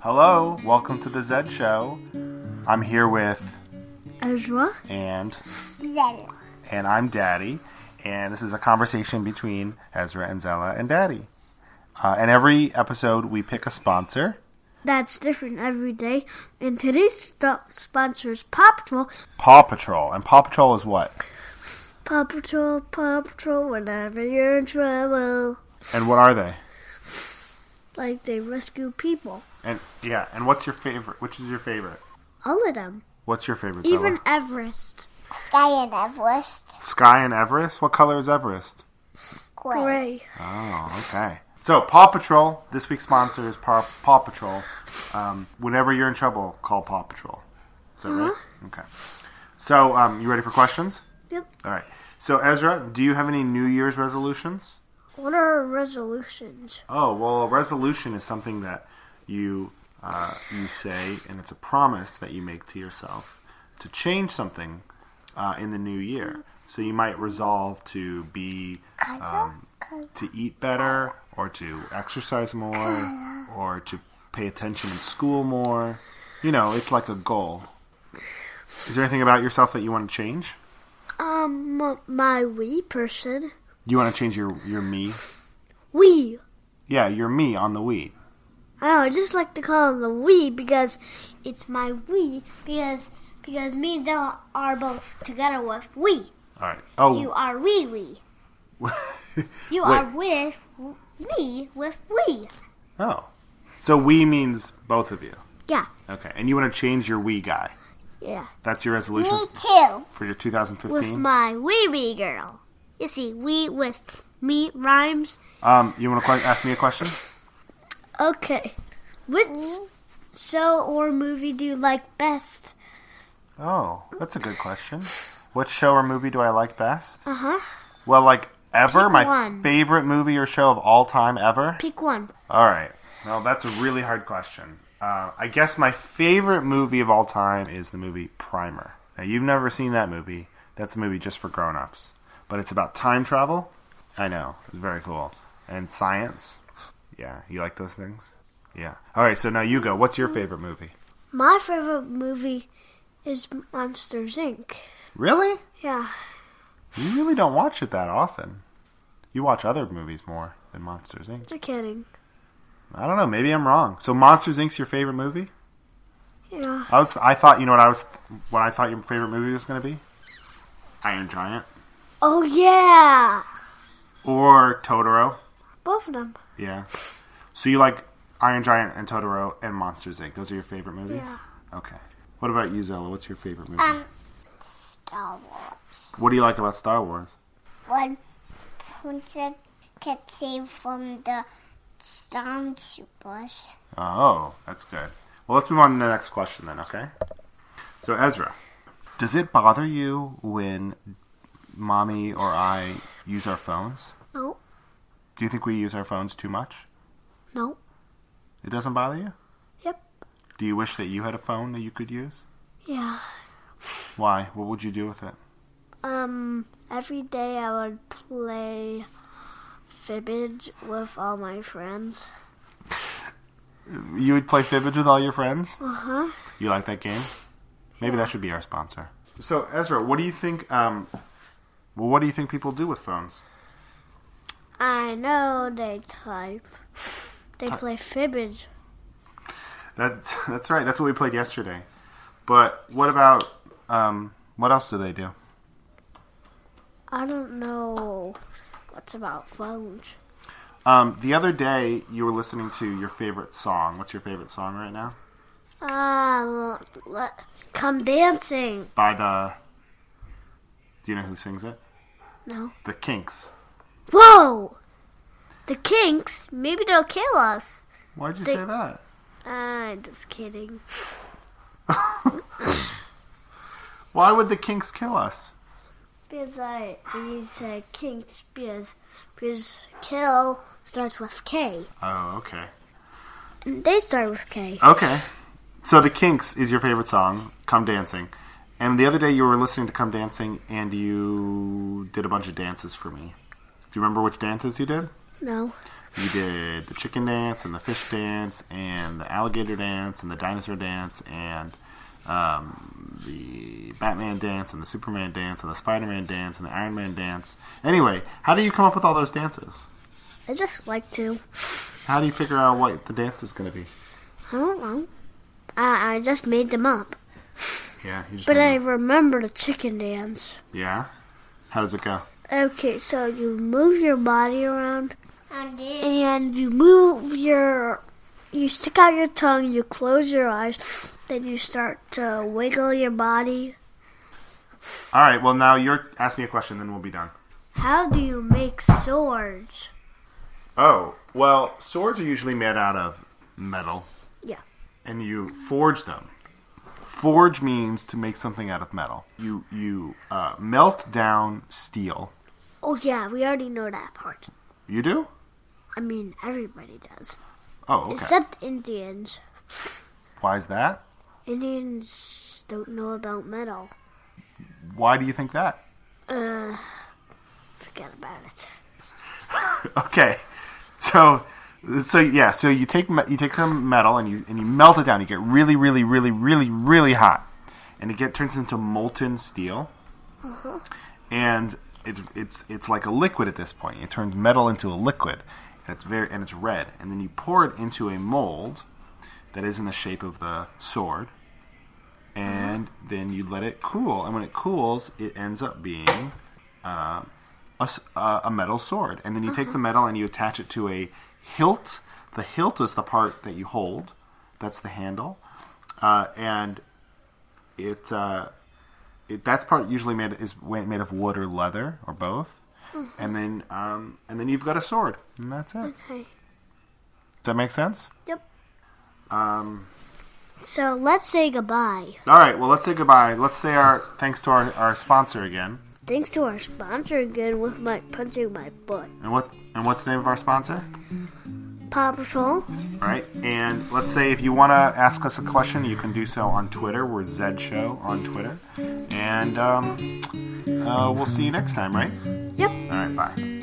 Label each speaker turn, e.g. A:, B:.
A: Hello, welcome to the Zed Show. I'm here with
B: Ezra.
A: and
C: Zella.
A: and I'm Daddy, and this is a conversation between Ezra and Zella and Daddy. Uh, and every episode we pick a sponsor.
B: That's different every day. And today's st- sponsor is Paw Patrol.
A: Paw Patrol, and Paw Patrol is what?
B: Paw Patrol, Paw Patrol, whenever you're in trouble.
A: And what are they?
B: Like they rescue people.
A: And yeah, and what's your favorite? Which is your favorite?
B: All of them.
A: What's your favorite?
B: Even
A: Zella?
B: Everest.
C: Sky and Everest.
A: Sky and Everest. What color is Everest?
C: Gray.
B: Gray.
A: Oh, okay. So Paw Patrol. This week's sponsor is Paw, Paw Patrol. Um, whenever you're in trouble, call Paw Patrol. Is that right? Okay. So um, you ready for questions?
B: Yep.
A: All right. So Ezra, do you have any New Year's resolutions?
B: What are our resolutions?
A: Oh well, a resolution is something that you uh, you say, and it's a promise that you make to yourself to change something uh, in the new year. So you might resolve to be um, to eat better, or to exercise more, or to pay attention in school more. You know, it's like a goal. Is there anything about yourself that you want to change?
B: Um, m- my we person.
A: You want to change your your me?
B: We.
A: Yeah, your me on the Wii.
B: Oh, I just like to call it the we because it's my we because because me and Zella are both together with we.
A: All right. Oh,
B: You are we we. You
A: Wait.
B: are with w- me with we.
A: Oh. So we means both of you.
B: Yeah.
A: Okay. And you want to change your we guy.
B: Yeah.
A: That's your
C: Me
A: resolution
C: too.
A: for your
B: With
A: 2015.
B: my wee wee girl. You see, we with me rhymes.
A: um, you want to que- ask me a question?
B: Okay. Which show or movie do you like best?
A: Oh, that's a good question. What show or movie do I like best?
B: Uh huh.
A: Well, like ever,
B: Pick
A: my
B: one.
A: favorite movie or show of all time ever.
B: Pick one.
A: All right. Well, that's a really hard question. Uh, I guess my favorite movie of all time is the movie Primer. Now, you've never seen that movie. That's a movie just for grown-ups. But it's about time travel. I know. It's very cool. And science. Yeah. You like those things? Yeah. All right. So now you go. What's your favorite movie?
B: My favorite movie is Monsters Inc.
A: Really?
B: Yeah.
A: You really don't watch it that often. You watch other movies more than Monsters, Inc.
B: Just kidding.
A: I don't know. Maybe I'm wrong. So Monsters, Inc.'s your favorite movie?
B: Yeah.
A: I was. I thought. You know what I was. What I thought your favorite movie was going to be? Iron Giant
B: Oh yeah.
A: or Totoro.
B: Both of them.
A: Yeah. So you like Iron Giant and Totoro and Monsters Inc. Those are your favorite movies. Okay. What about you, Zella? What's your favorite movie?
C: Um, Star Wars.
A: what do you like about Star Wars?
C: When Princess gets saved from the stormtroopers.
A: Oh, that's good. Well, let's move on to the next question then. Okay. So Ezra, does it bother you when mommy or I use our phones?
B: No.
A: Do you think we use our phones too much?
B: No.
A: It doesn't bother you?
B: Yep.
A: Do you wish that you had a phone that you could use?
B: Yeah.
A: Why? What would you do with it?
B: Um, every day I would play Fibbage with all my friends.
A: You would play Fibbage with all your friends?
B: Uh huh.
A: You like that game? Maybe that should be our sponsor. So, Ezra, what do you think? Um, well, what do you think people do with phones?
B: I know they type. They play Fibbage.
A: That's that's right. That's what we played yesterday. But what about um, what else do they do?
B: I don't know what's about phones.
A: Um, the other day, you were listening to your favorite song. What's your favorite song right now?
B: Ah, l- let, come dancing.
A: By the. Do you know who sings it?
B: No.
A: The Kinks.
B: Whoa! The Kinks, maybe they'll kill us.
A: Why'd you
B: The-
A: say that?
B: I'm just kidding.
A: Why would the Kinks kill us?
B: Because I use uh, Kinks because, because kill starts with K.
A: Oh, okay.
B: They start with K.
A: Okay. So the Kinks is your favorite song, "Come Dancing," and the other day you were listening to "Come Dancing" and you did a bunch of dances for me. Do you remember which dances you did?
B: No.
A: You did the chicken dance and the fish dance and the alligator dance and the dinosaur dance and um, the Batman dance and the Superman dance and the Spider Man dance and the Iron Man dance. Anyway, how do you come up with all those dances?
B: I just like to.
A: How do you figure out what the dance is going to be?
B: I don't know. I, I just made them up.
A: Yeah, you just
B: But I
A: remember-
B: remember the chicken dance.
A: yeah. How does it go?
B: Okay, so you move your body around
C: And this.
B: and you move your. You stick out your tongue, you close your eyes, then you start to wiggle your body.
A: All right. Well, now you're ask me a question, then we'll be done.
B: How do you make swords?
A: Oh, well, swords are usually made out of metal,
B: Yeah.
A: and you forge them. Forge means to make something out of metal. You you uh, melt down steel.
B: Oh, yeah, we already know that part.
A: You do?
B: I mean, everybody does.
A: Oh, okay.
B: Except Indians.
A: Why is that?
B: Indians don't know about metal.
A: Why do you think that?
B: Uh, forget about it.
A: Okay, so so yeah, so you take me- you take some metal and you and you melt it down. You get really really really really really hot, and it get turns into molten steel. And it's it's it's like a liquid at this point. It turns metal into a liquid, and it's very and it's red. And then you pour it into a mold that is in the shape of the sword, and then you let it cool. And when it cools, it ends up being a, s- uh, a metal sword, and then you take the metal and you attach it to a hilt. The hilt is the part that you hold. That's the handle, uh, and it, uh, it that's part usually made is wa- made of wood or leather or both. And then um, and then you've got a sword, and that's it. Does
B: Okay.
A: that make sense?
B: Yep. Um. So let's say goodbye.
A: All right. Well, let's say goodbye. Let's say our thanks to our, our sponsor again.
B: Thanks to our sponsor again with my punching my butt.
A: And what and what's the name of our sponsor?
B: Paw Patrol.
A: All right, and let's say if you want to ask us a question, you can do so on Twitter. We're Zed Show on Twitter, and um, uh, we'll see you next time, right?
B: Yep.
A: All right, bye.